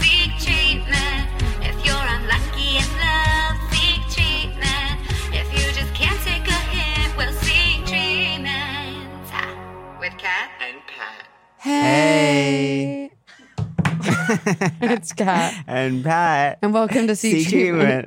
Seek treatment if you're unlucky in love. Seek treatment if you just can't take a hint. Well, seek treatment Ah, with Kat. and Pat. Hey. it's Kat. And Pat. And welcome to Sea Sea Treatment,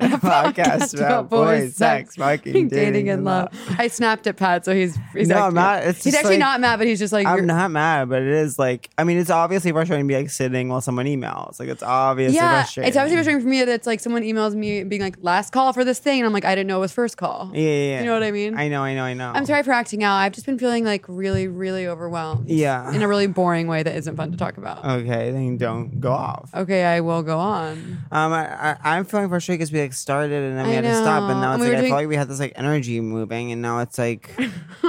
Treatment, a podcast about boys, sex, fucking, dating, and love. I snapped at Pat, so he's, he's No, actually, I'm not. It's he's just actually like- not mad, but he's just like, I'm you're- not mad, but it is like, I mean, it's obviously frustrating to be like sitting while someone emails. Like, it's obviously yeah, it's frustrating. obviously frustrating for me that it's like someone emails me being like, last call for this thing. And I'm like, I didn't know it was first call. Yeah, yeah, yeah. You know what I mean? I know, I know, I know. I'm sorry for acting out. I've just been feeling like really, really overwhelmed. Yeah. Oh. In a really boring way that isn't fun to talk about. Okay, then don't go off. okay, I will go on. Um, I, I, I'm feeling frustrated because we like started and then we I had to stop, know. and now And we it's like were I feel doing- like we had this like energy moving, and now it's like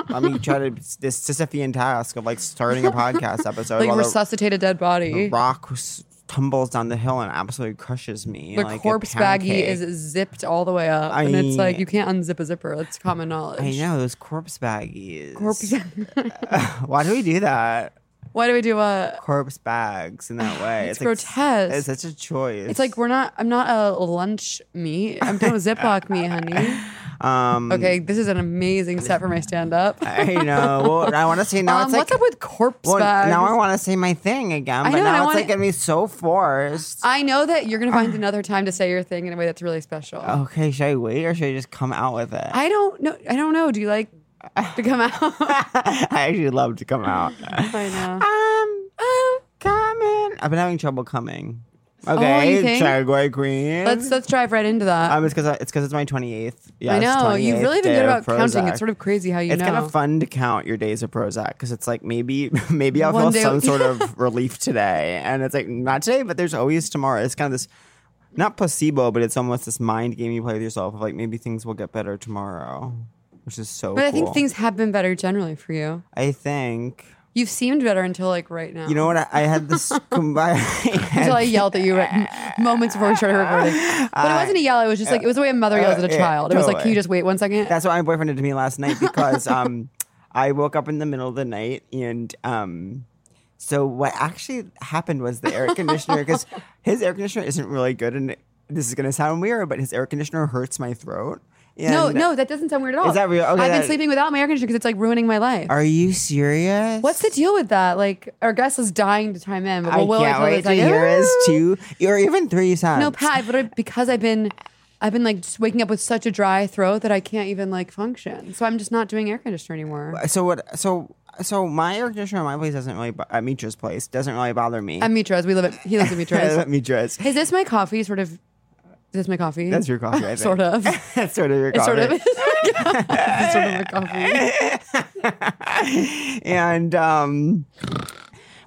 let me try to this Sisyphean task of like starting a podcast episode Like while Oh, the- Oh, resuscitate a dead the body. rock s- tumbles down the hill and absolutely crushes me. The like a corpse pound baggie is cake. zipped all the way up, and it's like you can't unzip a zipper. That's common knowledge. I know those corpse baggies. Corpse. Why do we do that? Why do we do a? Corpse bags in that way. It's like s- grotesque. It's such a choice. It's like we're not. I'm not a lunch meat. I'm not a Ziploc meat, honey. um. Okay, this is an amazing set for my stand up. I know. Well, I want to say now. um, it's like what's up with corpse Well, bags? now I want to say my thing again, I but know, and now I it's wanna- like gonna be so forced. I know that you're gonna find another time to say your thing in a way that's really special. okay, should I wait or should I just come out with it? I don't know. I don't know. Do you like to come out? I actually love to come out. I know. um, coming. I've been having trouble coming. Oh, you Okay, think? Jaguar Queen. Let's let's drive right into that. um, it's because it's because it's my twenty eighth. Yeah, I it's know. 28th You've really been day good about of counting. Prozac. It's sort of crazy how you it's know. kind of fun to count your days of Prozac because it's like maybe maybe I'll One feel day- some sort of relief today, and it's like not today, but there's always tomorrow. It's kind of this not placebo, but it's almost this mind game you play with yourself of like maybe things will get better tomorrow, which is so. But I think cool. things have been better generally for you. I think You've seemed better until like right now. you know what I, I had this combined. Until I yelled at you right, moments before we started recording. But it wasn't a yell. It was just like it was the way a mother yells at a Uh, yeah, child. It was like, can totally. you just wait one second? That's what my boyfriend did to me last night because um, I woke up in the middle of the night and um, so what actually happened was the air conditioner because his air conditioner isn't really good and this is gonna sound weird, but his air conditioner hurts my throat. And no, no, that doesn't sound weird at all. that real? Okay, I've that- been sleeping without my air conditioner because it's like ruining my life. Are you serious? What's the deal with that? Like our guest is dying to time in, but I we'll, we'll can't wait like, to tell this, like, hear his "Ah." two or even three sounds. No, Pat, but I- because I've been, I've been like just waking up with such a dry throat that I can't even like function. So I'm just not doing air conditioner anymore. So what? So so my air conditioner at my place doesn't really bo- at Mitra's place doesn't really bother me. I'm Mitra's. We live at he lives at Mitra's. at Mitra's. Is this my coffee? Sort of. Is this my coffee? That's your coffee, I think. sort of. That's sort of your It's coffee. sort of. it's sort of a coffee. and um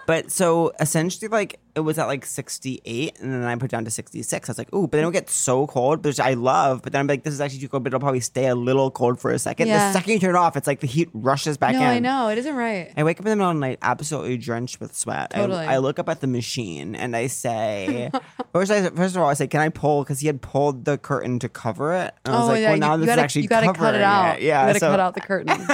but so essentially like it was at like 68 and then I put down to 66. I was like, ooh, but then it'll get so cold, which I love. But then I'm like, this is actually too cold, but it'll probably stay a little cold for a second. The Yeah. second you turn it off, it's like the heat rushes back No, in. I know it isn't right. I wake up in the middle of the night absolutely drenched with sweat. I- Totally. I, look up at the machine and I say, first, I, first of all, I say, can I pull? Because he had pulled the curtain to cover it. And I was oh like, yeah, well, now you, this you gotta, is actually you gotta covering cut it out. Yeah. you gotta so- cut out the curtain.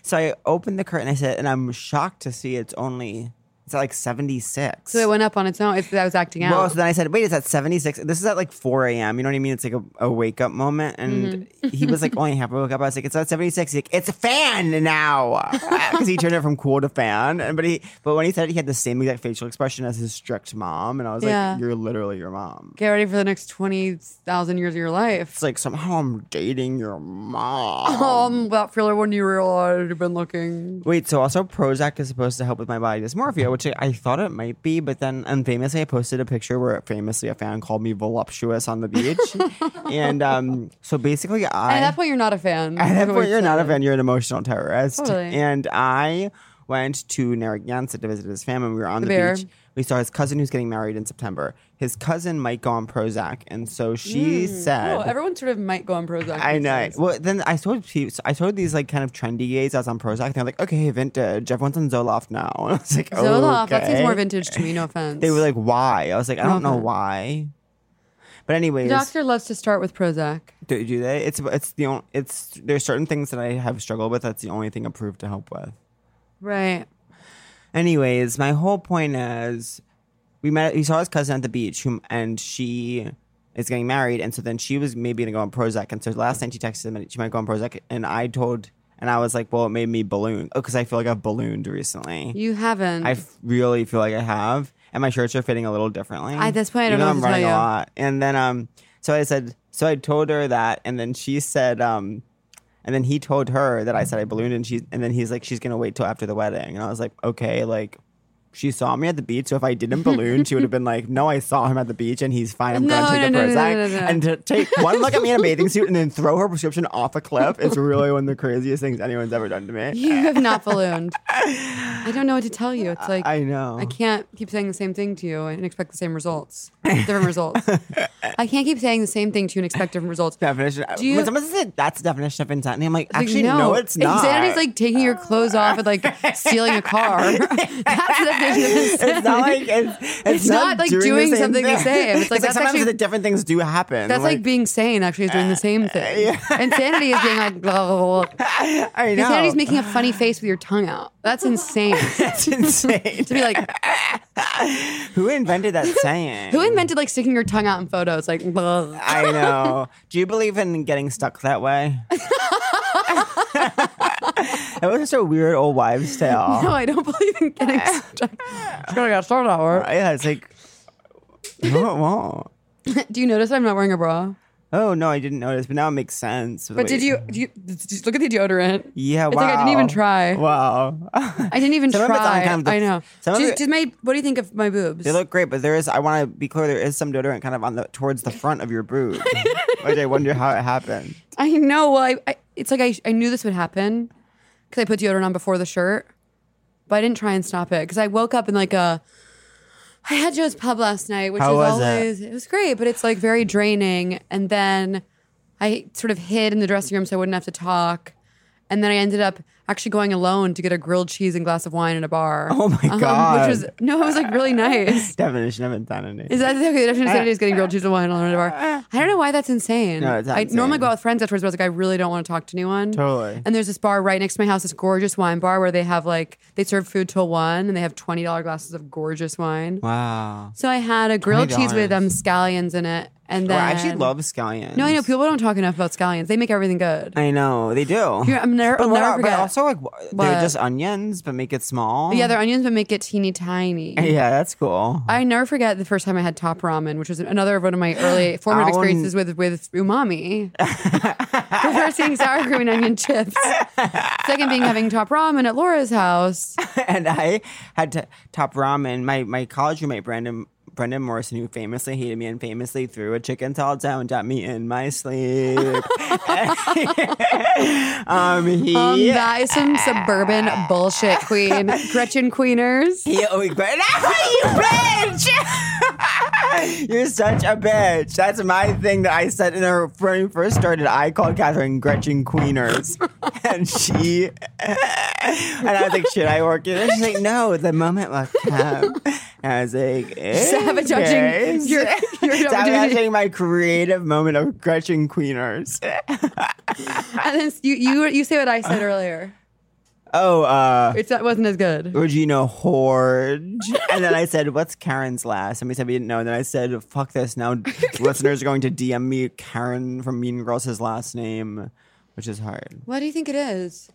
so I opened the curtain, I said, and I'm shocked to see it's only it's at like 76. so it went up on its own. It's, I was acting out. Well, so then I said, wait, it's at 76. This is at like 4 a.m. You know what I mean? It's like a, a wake up moment. And Mm-hmm. he was like, only half woke up. I was like, it's at 76. He's like, it's a fan now. Because he turned it from cool to fan. And but he but when he said it, he had the same exact facial expression as his strict mom. And I was Yeah. like, you're literally your mom. Get ready for the next twenty thousand years of your life. It's like somehow I'm dating your mom. Um, that feeling when you realized you've been looking. Wait, so also Prozac is supposed to help with my body dysmorphia, which I, I thought it might be, but then and famously I posted a picture where famously a fan called me voluptuous on the beach, and um, so basically I At that point, you're not a fan. at That's that what point we you're not a said. fan, you're an emotional terrorist, Totally. and I went to Narragansett to visit his family. We were on the, bear. beach. We saw his cousin who's getting married in September. His cousin might go on Prozac, and so she said, Oh, everyone sort of might go on Prozac. I these know. days. Well, then I told people, I told these like kind of trendy gays I was on Prozac. They're like, okay, uh, vintage. Everyone's on Zoloft now. And I was like, Zoloft, that seems okay. more vintage to me. No offense. They were like, why? I was like, I don't know Okay. why. But anyways, the doctor loves to start with Prozac. do, do they? It's it's the only, it's there's certain things that I have struggled with. That's the only thing approved to help with. Right. Anyways, my whole point is, we met. We saw his cousin at the beach, whom and she is getting married, and so then she was maybe gonna go on Prozac, and so last night she texted him and she might go on Prozac, and I told, and I was like, well, it made me balloon. Oh, because I feel like I've ballooned recently. You haven't. I f- really feel like I have, and my shirts are fitting a little differently. At this point, I Even don't know though what I'm to tell running a you. lot, and then um, so I said, so I told her that, and then she said, um. And then he told her that I said I ballooned, and she, and then he's like, she's gonna wait till after the wedding, and I was like, okay, like, she saw me at the beach. So if I didn't balloon, she would have been like, no, I saw him at the beach, and he's fine. I'm No, gonna take no, no, no, the Prozac no, no, no. and to take one look at me in a bathing suit and then throw her prescription off a cliff. It's really one of the craziest things anyone's ever done to me. you have not ballooned. I don't know what to tell you. It's like I know. I can't keep saying the same thing to you and expect the same results. Different results. I can't keep saying the same thing to you and expect different results. definition. Do you- when someone says that's the definition of insanity, I'm like, Like, actually, no. it's not. Insanity's like taking your clothes off and like stealing a car. That's the definition of insanity. It's not like it's, it's, It's not like the doing same something the thing. same. It's like, that's sometimes actually- the different things do happen. That's like, being sane. Actually, is doing the uh, same thing. Insanity is being like blah blah blah. I know. Insanity is making a funny face with your tongue out. That's insane. to That's insane. be like, who invented that saying? who invented like sticking your tongue out in photos? Like, blah. I know. Do you believe in getting stuck that way? it was just a weird old wives' tale. no, I don't believe in getting stuck. It's gonna get started out. work. Yeah, it's like, no, it won't. Do you notice I'm not wearing a bra? Oh no, I didn't notice, but now it makes sense. But did you, do you just look at the deodorant? Yeah, It's wow. like I didn't even try. Wow, I didn't even Some of it's try. uncomfortable. I know. Some of Just, it- just my, what do you think of my boobs? they look great, but there is. I want to be clear. There is some deodorant kind of on the towards the front of your boob, which I wonder how it happened. I know. Well, I, I, it's like I, I knew this would happen because I put deodorant on before the shirt, but I didn't try and stop it because I woke up in like a. I had Joe's Pub last night, which How is was it? always it? was great, but it's like very draining. And then I sort of hid in the dressing room so I wouldn't have to talk. And then I ended up actually going alone to get a grilled cheese and glass of wine in a bar. Um, Oh my Which God. was no, it was like really nice. Definition of insanity. Is that okay? The definition of sanity is getting grilled cheese and wine on the bar. I don't know why that's insane. No, it's not I normally insane. go out with friends afterwards, but I was like, I really don't want to talk to anyone. Totally. And there's this bar right next to my house, this gorgeous wine bar where they have like they serve food till one, and they have twenty dollar glasses of gorgeous wine. wow. So I had a grilled cheese with $20. um scallions in it, and Oh, then I actually love scallions. No, I know people don't talk enough about scallions. They make everything good. I know they do. Here, I'm never, I'll what never are- forget. But also, like, wha- What? they're just onions, but make it small. yeah, their onions would make it teeny tiny. yeah, that's cool. I never forget the first time I had top ramen, which was another one of my early formative Ow, experiences with with umami. the first being sour cream and onion chips. Second being having top ramen at Laura's house. and I had to top ramen. My my college roommate Brandon Brendan Morrison, who famously hated me and famously threw a chicken salad down and got me in my sleep. um, he. Um, that is some suburban bullshit, Queen Gretchen Queeners. he always gr- oh, you bitch! You're such a bitch. That's my thing that I said in her when we first started. I called Catherine Gretchen Queeners, and she and I was like, "Should I work it?" And she's like, "No, the moment will come." And I was like, Sabotaging "Okay." your, your opportunity. sabotaging my creative moment of Gretchen Queeners. And then you, you you say what I said earlier. Oh, uh, It's that wasn't as good. Regina Horde. And then I said, What's Karen's last? And we said we didn't know. And then I said, Fuck this. Now listeners are going to DM me Karen from Mean Girls, his last name, which is hard. What do you think it is?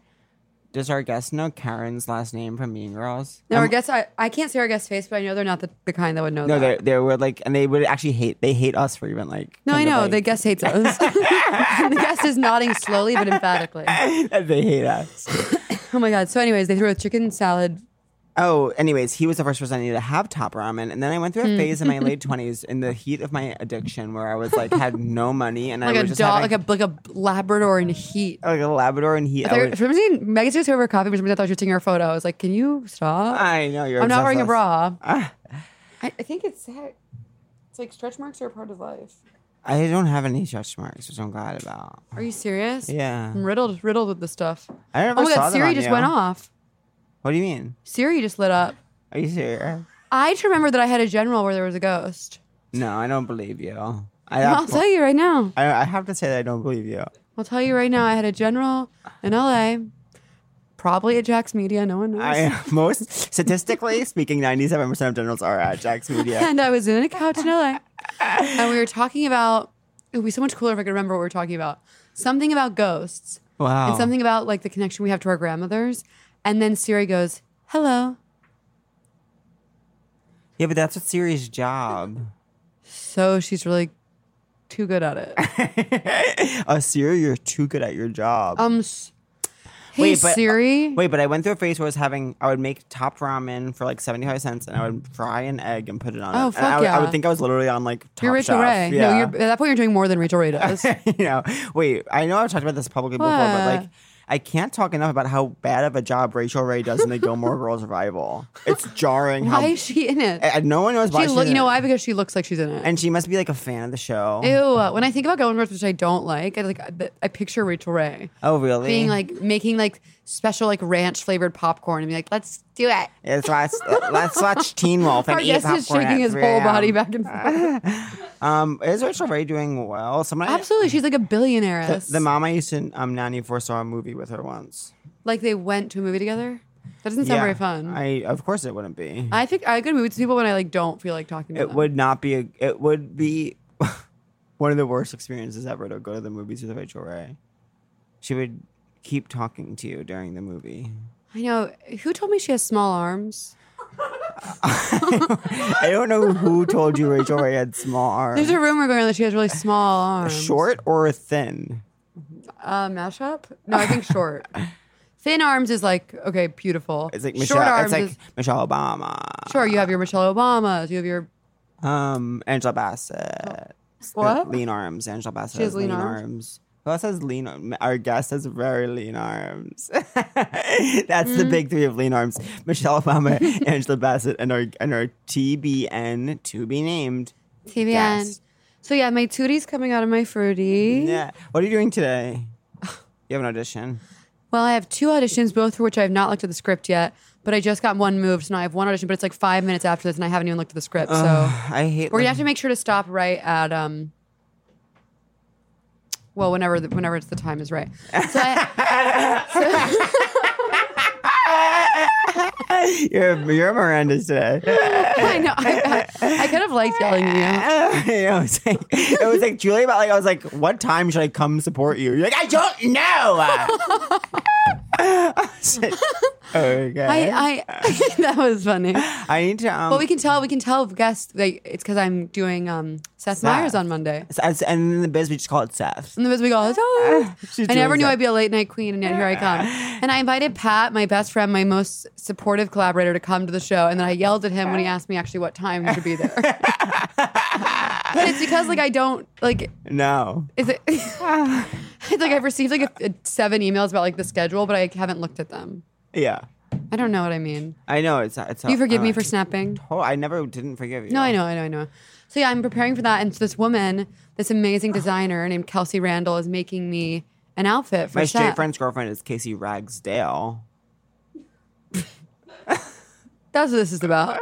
Does our guest know Karen's last name from Mean Girls? Um, No, our guests. I, I can't say our guest face, but I know they're not the, the kind that would know. No, that. they they were like, and they would actually hate. They hate us for even like. No, I kind of, know. like- The guest hates us. the guest is nodding slowly but emphatically. they hate us. Oh my God. So, anyways, they threw a chicken salad Oh, anyways, he was the first person I needed to have top ramen, and then I went through Hmm. a phase in my late twenties, in the heat of my addiction, where I was like had no money and Like I a was just dog, like having, a like a Labrador in heat. like a Labrador and heat. I, There- would- For some reason, Megan's just over coffee, but somebody thought you were taking her photo. I was like, "Can you stop? I know you're. I'm not obsessed wearing a with- bra." I, I think it's sad. It's like stretch marks are a part of life. I don't have any stretch marks, which I'm glad about. Are you serious? Yeah, I'm riddled riddled with this stuff. I never Oh my saw god, them Siri on just you. went off. What do you mean? Siri just lit up. Are you serious? I just remember that I had a general where there was a ghost. No, I don't believe you. I I'll have, tell you right now. I, I have to say that I don't believe you. I'll tell you right now. I had a general in LA, probably at Jack's Media. No one knows. I most statistically speaking, 97 percent of generals are at Jack's Media. and I was in a couch in LA, and we were talking about. It would be so much cooler if I could remember what we were talking about. Something about ghosts, Wow. and something about like the connection we have to our grandmothers. And then Siri goes, "Hello." yeah, but that's what Siri's job. So she's really too good at it. Oh, Siri, you're too good at your job. Um, s- hey Wait, but- uh, Siri. Wait, but I went through a phase where I was having, I would make top ramen for like 75 cents and I would fry an egg and put it on Oh, it. fuck and I, would- I yeah. would think I was literally on like top You're Rachel Chef. Ray. Yeah. No, you're, at that point you're doing more than Rachel Ray does. you know, wait, I know I've talked about this publicly before, but What? like, I can't talk enough about how bad of a job Rachel Ray does in the Gilmore Girls revival. It's jarring. Why how, is she in it? I- no one knows why She she's look, in you know it. why? Because she looks like she's in it. And she must be like a fan of the show. Ew. When I think about Golden Girls, which I don't like, I like I, I picture Rachel Ray Oh, really? being like making like special like ranch flavored popcorn and be like, let's do it. It's let's, let's watch Teen Wolf and Our eat guest popcorn. is shaking at his 3 whole a.m. body back and forth. Um, is Rachel Ray doing well? Someone Absolutely, she's like a The, billionaire. the mom I used to um, nanny for saw a movie with her once. like they went to a movie together. That doesn't sound very fun. I, I of course it wouldn't be. think I could move to people when I like don't feel like talking to it them. would not be. A, it would be one of the worst experiences ever to go to the movies with Rachel Ray. She would keep talking to you during the movie. I know. Who told me she has small arms? I don't know who told you Rachel Ray had small There's arms. a rumor going on that she has really small arms. Short or thin? Uh, mashup? No, I think short. Thin arms is like okay, beautiful. It's like Short Michelle. arms It's like is Michelle Obama. Sure, you have your Michelle Obamas. You have your Um, Angela Oh. Bassett. What? The Lean arms. Angela Bassett She has has lean, lean arms? arms. Who else has lean arms? Our guest has very lean arms. That's Mm. the big three of lean arms: Michelle Obama, Angela Bassett, and our and our TBN to be named. TVN. Yes. So yeah, my tootie's coming out of my fruity. Yeah. What are you doing today? You have an audition. Well, I have two auditions, both for which I have not looked at the script yet. But I just got one moved, so now I have one audition. But it's like five minutes after this, and I haven't even looked at the script. So I hate. we're gonna like- have to make sure to stop right at um. Well, whenever the, whenever it's the time is right. So I, You're you're Miranda's today. I know I, I, I kind of liked yelling at you. You know, it, was like, it was like Julie, but like I was like, what time should I come support you? You're like, I don't know. I was like, okay. I, I, I that was funny. need to. Um, But we can tell we can tell guests like it's because I'm doing um Seth, Meyers on Monday. s- and in the biz, we just call it Seth. And the we all oh. She's I never doing knew that. I'd be a late night queen, and yet here I come. And I invited Pat, my best friend, my most supportive collaborator, to come to the show, and then I yelled at him when he asked me actually what time we should be there. but it's because like I don't like No. is it. it's like I've received like a, a seven emails about like the schedule, but I haven't looked at them. Yeah. I don't know what I mean. I know. It's. it's You forgive I'm me like, for snapping. Oh, I never didn't forgive you. No, I know, I know, I know. So yeah, I'm preparing for that, and so this woman, this amazing designer named Kelsey Randall, is making me an outfit for My set. straight friend's girlfriend is Casey Ragsdale. That's what this is about.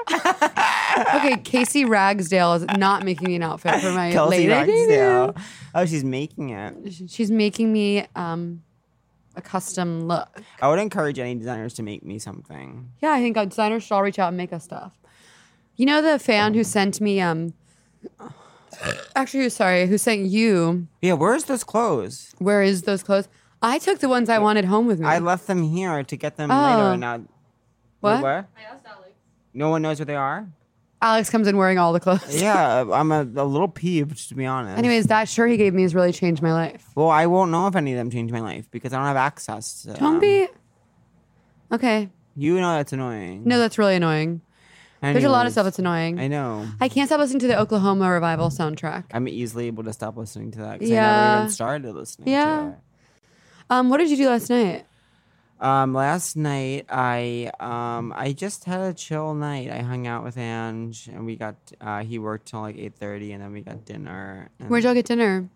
okay, Casey Ragsdale is not making me an outfit for my Kelsey lady. Ragsdale. Oh, she's making it. She's making me um, a custom look. I would encourage any designers to make me something. Yeah, I think our designers should all reach out and make us stuff. You know the fan who sent me um, actually, sorry, who sent you? Yeah, where's those clothes? Where is those clothes? I took the ones I wanted home with me. I left them here to get them Oh. later. And now, Wait, What? No one knows where they are. Alex comes in wearing all the clothes. Yeah, I'm a, a little peeved to be honest. Anyways, that shirt he gave me has really changed my life. well, I won't know if any of them changed my life because I don't have access. To Don't them. be. Okay. You know that's annoying. No, that's really annoying. There's a lot of stuff that's annoying. I know. I can't stop listening to the Oklahoma Revival soundtrack. I'm easily able to stop listening to that because I Yeah. never even started listening Yeah. to Um, what did you do last night? it. Um, last night I um I just had a chill night. I hung out with Ange and we got uh he worked till like eight thirty and then we got dinner. And Where'd y'all get dinner?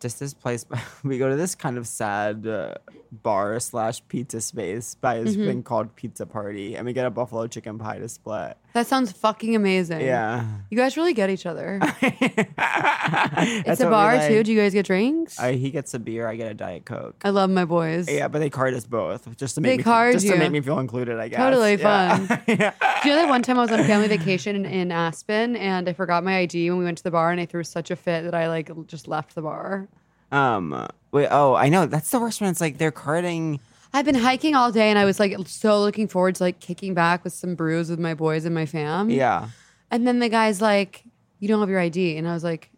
just this place we go to this kind of sad uh, bar slash pizza space by Mm-hmm. this thing called Pizza Party and we get a buffalo chicken pie to split. That sounds fucking amazing. Yeah. You guys really get each other. it's it's a bar too. Do you guys get drinks? I, he gets a beer, I get a diet coke. I love my boys. Yeah, but they card us both just to make They me, card just you. to make me feel included. I guess Totally Yeah. fun. yeah. Do you know that one time I was on a family vacation in, in Aspen and I forgot my ID when we went to the bar and I threw such a fit that I like just left the bar. Um. Wait. Oh, I know. That's the worst one. It's like they're carding. I've been hiking all day and I was like so looking forward to like kicking back with some brews with my boys and my fam. Yeah. And then the guy's like, You don't have your ID. And I was like,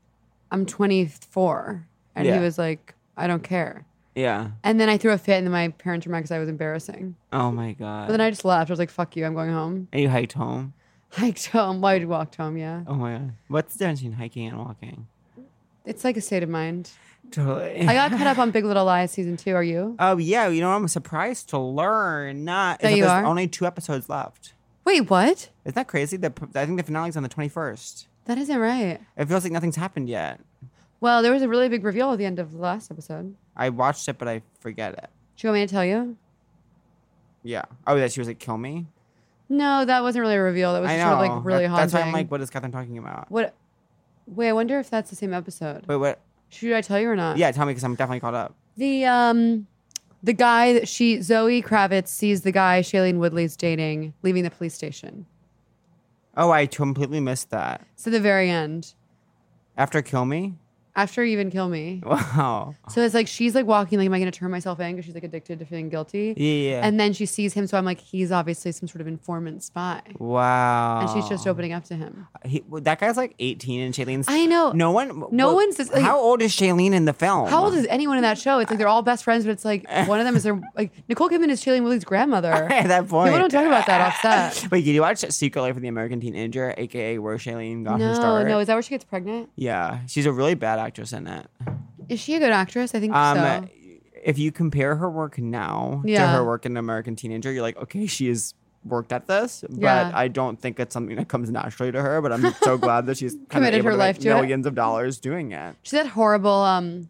I'm 24. And Yeah. he was like, I don't care. Yeah. And then I threw a fit and then my parents were mad because I was embarrassing. Oh my But god. then I just left. I was like, fuck you, I'm going home. and you hiked home. Hiked home. Why well, I walked home, yeah. Oh my god. What's the difference between hiking and walking? It's like a state of mind. Totally. I got caught up on Big Little Lies season two. Are you? Oh yeah. You know I'm surprised to learn not. is That you there's are? Only two episodes left. Wait, what? Isn't that crazy? The, I think the finale's on the 21st. That isn't right. It feels like nothing's happened yet. Well, there was a really big reveal at the end of the last episode. I watched it, but I forget it. Do you want me to tell you? Yeah. Oh, that she was like, "Kill me." No, that wasn't really a reveal. That was I just know. sort of like really That- haunting. That's why I'm like, what is Catherine talking about? what? Wait, I wonder if that's the same episode. Wait, what? Should I tell you or not? Yeah, tell me because I'm definitely caught up. The um, the guy that she Zoe Kravitz sees the guy Shailene Woodley's dating leaving the police station. Oh, I completely missed that. It's at the very end After Kill Me? after you even kill me. Wow. So it's like she's like walking like, am I going to turn myself in? Because she's like addicted to feeling guilty. Yeah, yeah. And then she sees him, so I'm like, he's obviously some sort of informant spy, Wow. and she's just opening up to him. He, well, that guy's like 18 and Shailene's. I know. No one. No one's just, like- how old is Shailene in the film? How old is anyone in that show? It's like they're all best friends, but it's like one of them is their like Nicole Kidman is Shailene Woodley's grandmother. At that point. People don't talk about that off set. Wait, did you watch Secret Life of the American Teenager, aka where Shailene got her No, start? no, is that where she gets pregnant? yeah, she's a really bad actress in it. Is she a good actress? I think Um, so. If you compare her work now to Yeah. her work in American Teenager, you're like, okay, she has worked at this, but Yeah. I don't think it's something that comes naturally to her. But I'm so glad that she's kinda Committed able her to make life to it. millions of dollars doing it. She's that horrible um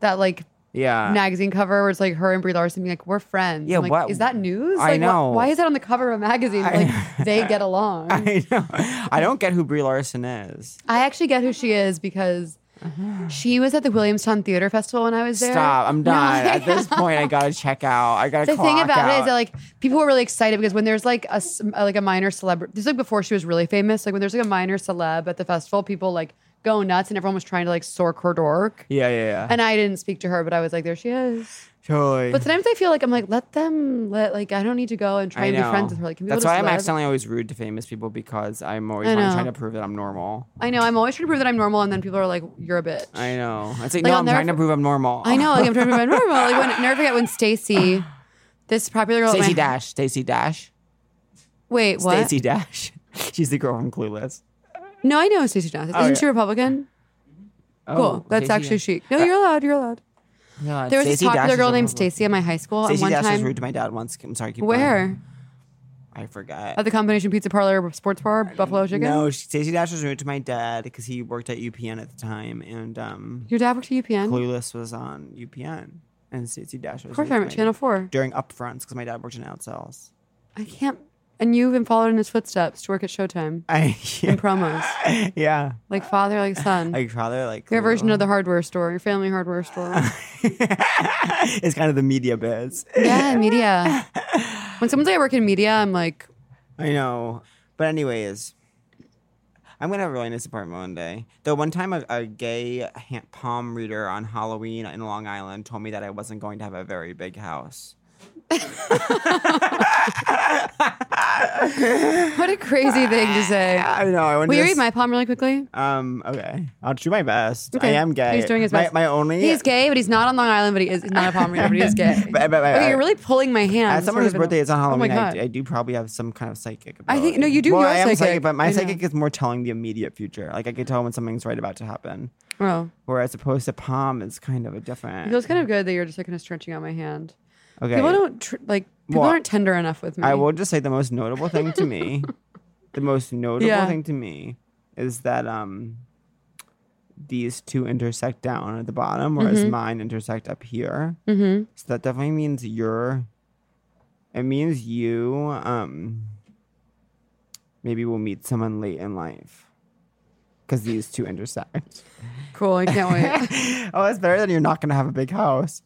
that like Yeah, magazine cover where it's like her and Brie Larson being like, We're friends. Uh, Yeah, I'm like, what- is that news? I Like, wh- know. why is that on the cover of a magazine? I- Like they get along. I, I know. I don't get who Brie Larson is. actually get who she is because she was at the Williamstown Theater Festival when I was there. Uh-huh. Stop! I'm No, done. I at this point, I gotta check out. I gotta. the thing clock about out. it is that like people were really excited because when there's like a s- uh, like a minor celebrity, this is like before she was really famous. Like when there's like a minor celeb at the festival, people like go nuts and everyone was trying to like sork her dork. yeah, yeah, yeah. And I didn't speak to her, but I was like, there she is. totally. But sometimes I feel like I'm like, let them let like I don't need to go and try I and be know. friends with her. Like, can people That's just why I'm live? accidentally always rude to famous people because I'm always I wanting- know. trying to prove that I'm normal. I know I'm always trying to prove that I'm normal, and then people are like, you're a bitch. I know. It's like, Like, no, I'll I'm never trying to for- prove I'm normal. I know, like I'm trying to prove I'm normal. Like when never forget when Stacy, this popular girl, at Stacy my- Dash. Stacy Dash. Wait, what? Stacy Dash. She's the girl from Clueless. No, I know Stacy Dash. Isn't yeah. she Republican? Oh, Cool. That's Stacey actually Dash. chic. No, you're allowed. You're allowed. Yeah, There was Stacey this Dash popular is girl a named horrible- Stacy at my high school, Stacey and one Dash was time, rude to my dad once. I'm sorry. Keep going. where I forgot. at the combination pizza parlor or sports bar, Buffalo Chicken. Mm, No, she- Stacey Dash was rude to my dad because he worked at UPN at the time, and um, your dad worked at UPN. Clueless was on UPN, and Stacey Dash was. of course, rude to I'm my at Channel dad Four. during upfronts because my dad worked in outsells. I can't. And you've been followed in his footsteps to work at Showtime I in promos, yeah, yeah. like father, like son. like father, like your version Clueless. of the hardware store, your family hardware store. it's kind of the media biz. yeah, media. When someone's like, I work in media, I'm like, I know. But anyways, I'm gonna have a really nice apartment one day. Though one time a, a gay ha- palm reader on Halloween in Long Island told me that I wasn't going to have a very big house. What a crazy thing to say. I know. I want Will to you read my palm really quickly? Um. Okay. I'll do my best. Okay. I am gay. He's doing his My- best. My, only. He's gay, but he's not on Long Island, but he is he's not a palm reader, but he is gay. But- but- but- okay, you're really pulling my hand. As someone sort whose of in a- birthday is on Halloween, Oh my I, God. do- I do probably have some kind of psychic. I Ability. think- no, you do, Well, you are I am psychic. but I my know. psychic is more telling the immediate future. Like I can tell when something's right about to happen. oh, Whereas opposed to palm is kind of a it different. feels kind of good that you're just like kind of stretching out my hand. okay. People don't tr- like people Well, aren't tender enough with me. I will just say the most notable thing to me, the most notable Yeah. thing to me is that um these two intersect down at the bottom, whereas mine intersect up here. Mm-hmm. So that definitely means you're. It means you. Um. Maybe we'll meet someone late in life. Because these two intersect. Cool. I can't wait. oh, that's better than you're not going to have a big house.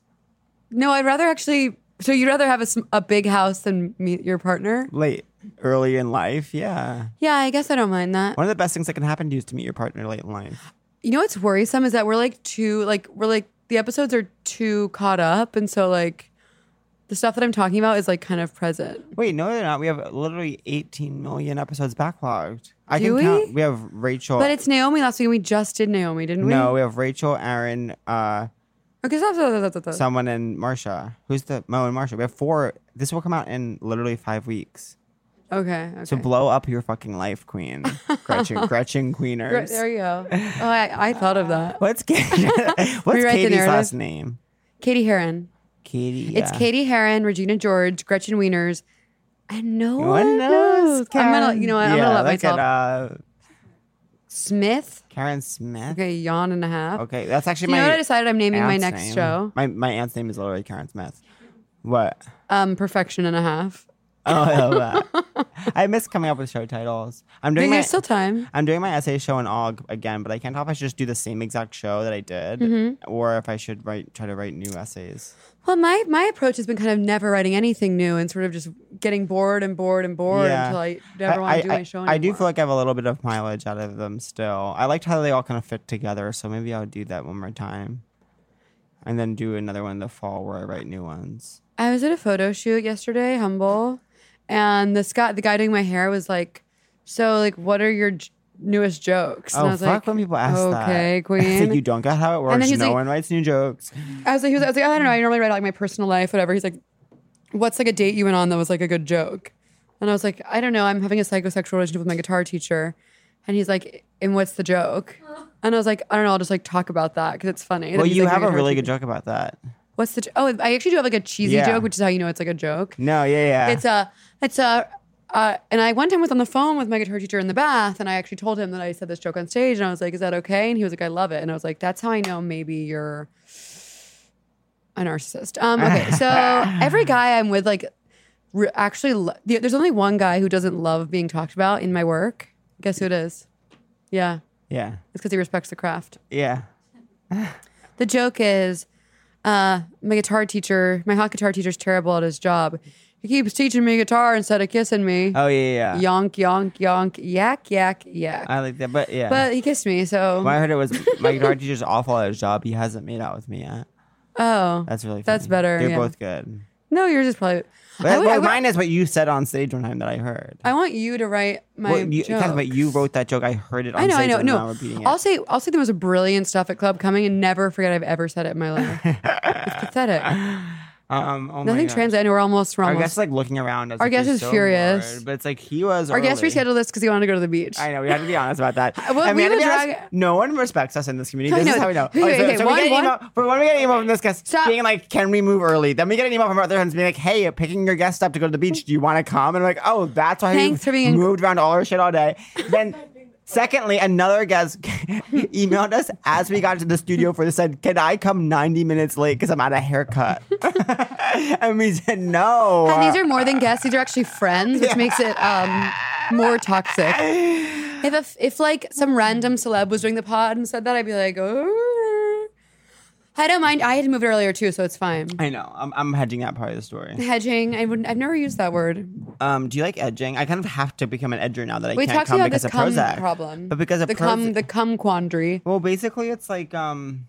no, I'd rather actually. So you'd rather have a, sm- a big house than meet your partner? Late, early in life, yeah. Yeah, I guess I don't mind that. One of the best things that can happen to you is to meet your partner late in life. You know what's worrisome is that we're like too like we're like the episodes are too caught up, and so like the stuff that I'm talking about is like kind of present. Wait, no, they're not. We have literally 18 million episodes backlogged. I Do can we? count. We have Rachel. But it's Naomi last week, and we just did Naomi, didn't we? no, we have Rachel, Aaron, uh, Okay, stop, stop, stop, stop, stop. someone and Marsha. Who's the Mo and Marsha? We have four. This will come out in literally five weeks. Okay. okay. So blow up your fucking life, Queen Gretchen. Gretchen Right, Queeners. there you go. Oh, I, I thought of that. What's Katie? Rewrite What's the Katie's narrative. last name? Katie Heron. Katie. It's yeah. Katie Heron, Regina George, Gretchen Wieners, and no No one knows. I'm gonna, Karen. you know what? I'm Yeah, gonna let look myself. At, uh, Smith. Karen Smith. Okay. Okay, yawn and a half. that's actually Do you my. know what I decided I'm naming my aunt's next name. show? My my aunt's name is literally Karen Smith. What? Um, Perfection and a half. Oh, I love that. I miss coming up with show titles. I'm doing Dude, my, There's still time. I'm doing my essay show in Aug again, but I can't tell if I should just do the same exact show that I did, Mm-hmm. or if I should write try to write new essays. Well, my my approach has been kind of never writing anything new and sort of just getting bored and bored and bored until I never want to do my show anymore. I do feel like I have a little bit of mileage out of them still. I liked how they all kind of fit together, so maybe I'll do that one more time, and then do another one in the fall where I write new ones. I was at a photo shoot yesterday, humble, and this guy, the guy doing my hair, was like, "So, like, what are your j- newest jokes?" And oh I was fuck! like, when people ask okay, that, queen. It's like you don't get how it then works. he's No like- one writes new jokes. I was like, he was, I was like, I don't know. I normally write out like my personal life, whatever. He's like, "What's like a date you went on that was like a good joke?" And I was like, "I don't know. I'm having a psychosexual relationship with my guitar teacher," and he's like, "And what's the joke?" And I was like, "I don't know. I'll just like talk about that because it's funny." And Well, he's you like, my have a guitar really teacher- good joke about that. What's the? j- Oh, I actually do have like a cheesy Yeah. joke, which is how you know it's like a joke. No, yeah, yeah. It's a, it's a, uh, and I one time was on the phone with my guitar teacher in the bath, and I actually told him that I said this joke on stage, and I was like, "Is that okay?" And he was like, "I love it," and I was like, "That's how I know maybe you're a narcissist." Um, okay, so every guy I'm with, like, re- actually, lo- the- there's only one guy who doesn't love being talked about in my work. Guess who it is? Yeah, yeah, it's because he respects the craft. yeah. The joke is, uh, my guitar teacher, my hot guitar teacher's terrible at his job. He keeps teaching me guitar instead of kissing me. Oh, yeah, yeah. Yonk, yonk, yonk, yak, yak, yak. I like that, but yeah. but um, he kissed me, so when I heard it was my guitar teacher's awful at his job. He hasn't made out with me yet. oh That's really. Funny. That's better, They're yeah. both good. no, you're just probably. But I, would- I well, would- mine is what you said on stage one time that I heard. I want you to write my well, you, joke. But you wrote that joke. I heard it. on I know, I stage know. and I'm No, not repeating it. I'll say I'll say the most brilliant stuff at club coming and never forget I've ever said it in my life. it's pathetic. um, oh my Nothing God. translated. We're almost wrong. Oh Our guest is like looking around. Our guest is furious. but it's like he was. Our guest early. rescheduled this because he wanted to go to the beach. I know. We have to be honest about that. Well, And we we have to would be honest, drag- no one respects us in this community. I This is know. how we know. Okay, Okay, so- okay, so we get an one- one- email- For when we get an email from this guest Stop. being like, "Can we move early?" Then we get an email from other friends being like, "Hey, picking your guest up to go to the beach. Do you want to come?" And we're like, "Oh, that's why Thanks we for being- moved around all our shit all day." Then. Secondly, another guest emailed us as we got to the studio for this said, "Can I come 90 minutes late because I'm out of haircut?" and we said, "No." And these are more than guests; these are actually friends, which makes it um, more toxic. If a f if like some random celeb was doing the pod and said that, I'd be like, oh. I don't mind. I had moved earlier too, so it's fine. I know. I'm, I'm hedging that part of the story. Hedging. I wouldn't. I've never used that word. Um, do you like edging? I kind of have to become an edger now that I We can't talked come about because this of cum Prozac problem, But because of the Prozac, cum, the cum quandary. well, basically, it's like um,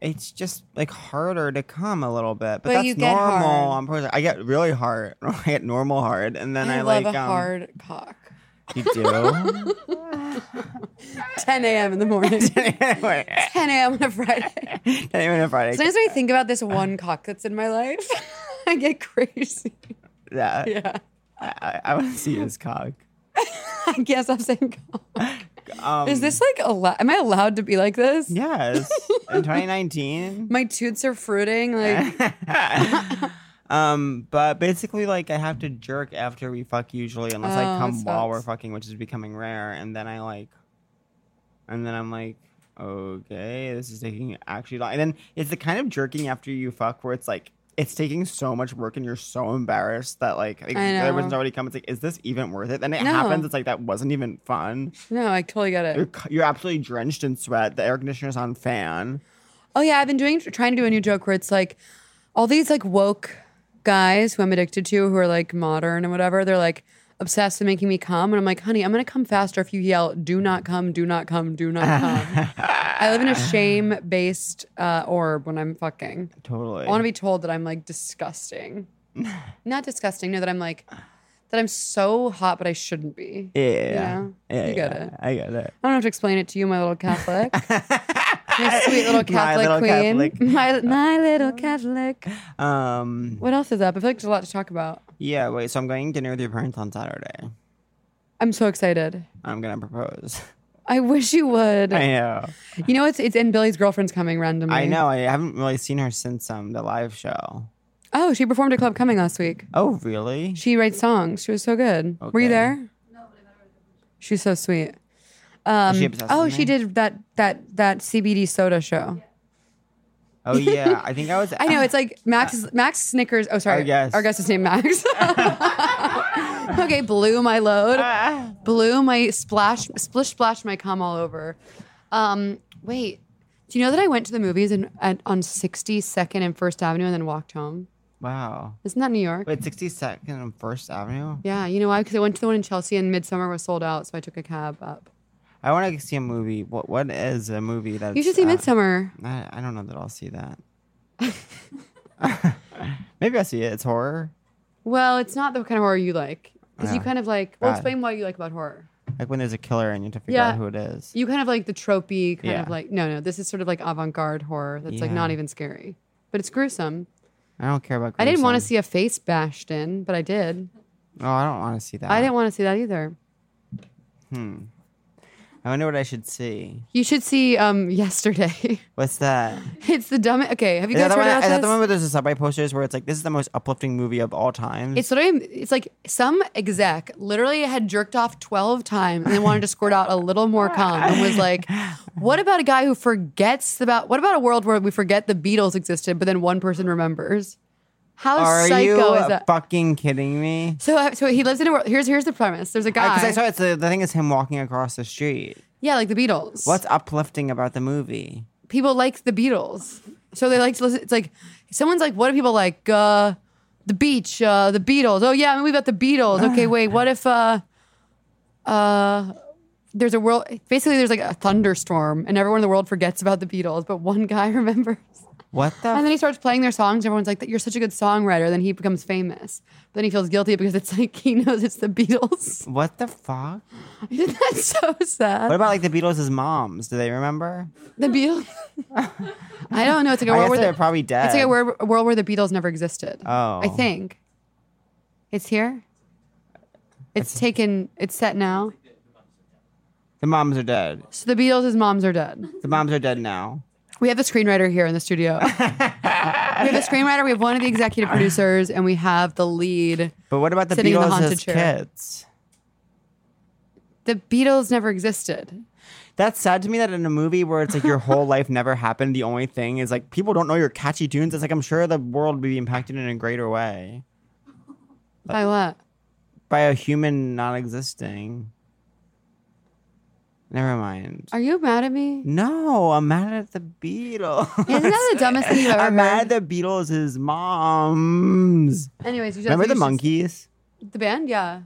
it's just like harder to come a little bit, but, But that's you get normal hard. on Prozac. I get really hard. I get normal hard, and then I, I, love like a um, hard cock. You do. 10 a.m. in the morning. 10 anyway, a.m. on a Friday. anyway, on Friday. Sometimes when I think about this one cock that's in my life, I get crazy. yeah, Yeah. I, I, I want to see his cock. I guess I'm saying cock. Um, Is this like, allo- am I allowed to be like this? Yes, in 2019. My toots are fruiting. Like, um, but basically, like I have to jerk after we fuck usually, unless I Oh, come that while we're sucks. fucking, which is becoming rare. And then I like, and then I'm like, okay, this is taking actually long. And then it's the kind of jerking after you fuck where it's like. It's taking so much work, and you're so embarrassed that like, like the know. other person's already come. It's like, is this even worth it? Then it No. happens. It's like that wasn't even fun. no, I totally get it. You're, cu- you're absolutely drenched in sweat. The air conditioner's on fan. Oh yeah, I've been doing trying to do a new joke where it's like all these like woke guys who I'm addicted to who are like modern and whatever, they're like obsessed with making me come and I'm like, "Honey, I'm going to come faster if you yell, do not come, do not come, do not come." I live in a shame-based uh, orb when I'm fucking. Totally. I want to be told that I'm like disgusting. Not disgusting, no that I'm like that I'm so hot but I shouldn't be. Yeah. know? yeah You get yeah. it. I get it. I don't have to explain it to you, my little Catholic. my sweet little My Catholic little queen. Catholic. My my little Catholic. Um. What else is up? I feel like there's a lot to talk about. Yeah. Wait. So I'm going to dinner with your parents on Saturday. I'm so excited. I'm gonna propose. I wish you would. I know. You know, it's it's and Billy's girlfriend's coming randomly. I know. I haven't really seen her since um the live show. Oh, she performed at Club Coming last week. Oh really? She writes songs. She was so good. Were you Okay. there? No, She's so sweet. Um, she obsessed oh, with she me? did that that that CBD soda show. Oh yeah. I think I was. I know it's like Max uh, Max Snickers. Oh, sorry, Our guest. our guest is named Max. okay, blew my load, blew my splash, splish splash my cum all over. Um, wait, do you know that I went to the movies and at, on 62nd and First Avenue and then walked home? wow. Isn't that New York? Wait, 62nd and First Avenue. Yeah, you know why? Because I went to the one in Chelsea and Midsummer was sold out, so I took a cab up. I want to see a movie. What What is a movie that You should see Midsummer. I, I don't know that I'll see that. Maybe I'll see it. It's horror. Well, it's not the kind of horror you like because you Yeah. kind of like. Well, Bad. explain what you like about horror. Like when there's a killer and you have to figure Yeah. out who it is. You kind of like the tropey kind of Yeah. like no no this is sort of like avant-garde horror that's like Yeah. not even scary but it's gruesome. I don't care about. I didn't want to gruesome. see a face bashed in but I did. Oh, I don't want to see that. I didn't want to see that either. I wonder what I should see. You should see um yesterday. What's that? it's the dumbest. Okay, have you Is that, guys the heard one, is about that the this? one where there's a subway posters where it's like this is the most uplifting movie of all time? It's literally, it's like some exec literally had jerked off 12 times and then wanted to squirt out a little more cum and was like, what about a guy who forgets about, what about a world where we forget the Beatles existed, but then one person remembers? How Are psycho you is that? fucking kidding me? so, uh, so he lives in a world. Here's, here's the premise. There's a guy. Because I, saw it's the, the thing is him walking across the street. yeah, like the Beatles. What's uplifting about the movie? people like the Beatles. So they like to listen. It's like someone's like, what do people like? Uh, the beach, uh, the Beatles. Oh yeah, I mean, we've got the Beatles. Okay, wait, what if uh, uh, there's a world? Basically, there's like a thunderstorm, and everyone in the world forgets about the Beatles, but one guy remembers. What the? And then he starts playing their songs. Everyone's like, "You're such a good songwriter." Then he becomes famous. Then he feels guilty because it's like he knows it's the Beatles. f- what the fuck? Isn't that so sad? What about like the Beatles' moms? Do they remember? The Beatles. I don't know. It's like a I world guess where they're the- probably dead. It's like a world, a world where the Beatles never existed. Oh. I think. It's here. It's taken, it's set now. The moms are dead. So the Beatles' moms are dead. The moms are dead now. We have the screenwriter here in the studio. we have a screenwriter, we have one of the executive producers, and we have the lead. But what about the Sitting in the Beatles' haunted as chair. kids? The Beatles never existed. That's sad to me that in a movie where it's like your whole life never happened, the only thing is like people don't know your catchy tunes. It's like I'm sure the world would be impacted in a greater way By what? by a human not existing. Never mind. Are you mad at me? No, I'm mad at the Beatles. Isn't that the dumbest thing you've ever I'm mad heard? at the Beatles' moms. Anyways, you should, Remember you the should- monkeys? The band? Yeah.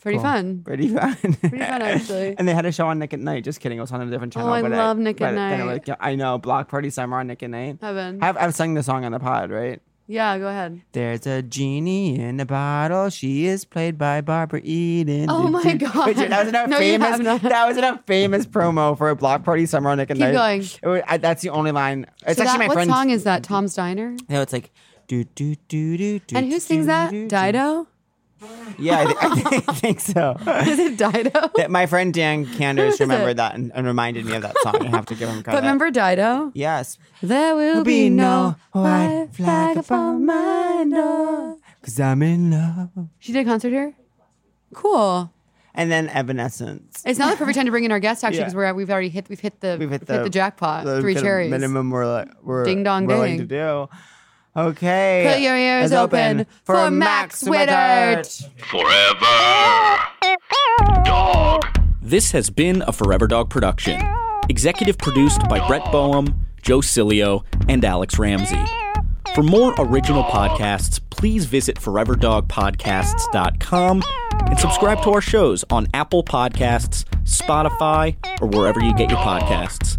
pretty Cool. fun. Pretty fun. Pretty fun, actually. Oh, and they had a show on Nick at Night. Just kidding. It was on a different channel. I but love Nick at but then it Night. was- yeah, I know. Block Party Summer on Nick at Night. Heaven. I've, I've sung the song on the pod, right? yeah, go ahead. There's a genie in a bottle. She is played by Barbara Eden. Oh my God. Wait, that was enough No, you famous. have not. That was enough famous promo for a block party summer on Nick and Keep going. Night. It wa- I- that's the only line. It's So actually that- my what friend. song is that? Tom's Diner. No, it's like do do do do do. And who do, sings do, that? do, do. Dido. Yeah, I, thi- I, thi- I think so. Is it Dido? That- my friend Dan Canders is it? remembered that and, and reminded me of that song. I have to give him credit. But remember Dido? Yes. There will be no white flag upon my door. Cause I'm in love. She did a concert here. Cool. And then Evanescence. It's now the perfect time to bring in our guest actually Yeah. because we're we've already hit we've hit the we've hit the, jackpot. the Three kind of cherries. minimum we're like we're Ding dong willing ding. to do. Okay, Put your ears it's open, for Max Wittert. Forever. Dog. This has been a Forever Dog production. Executive produced by Brett Boehm, Joe Cilio, and Alex Ramsey. For more original podcasts, please visit foreverdogpodcasts.com and subscribe to our shows on Apple Podcasts, Spotify, or wherever you get your podcasts.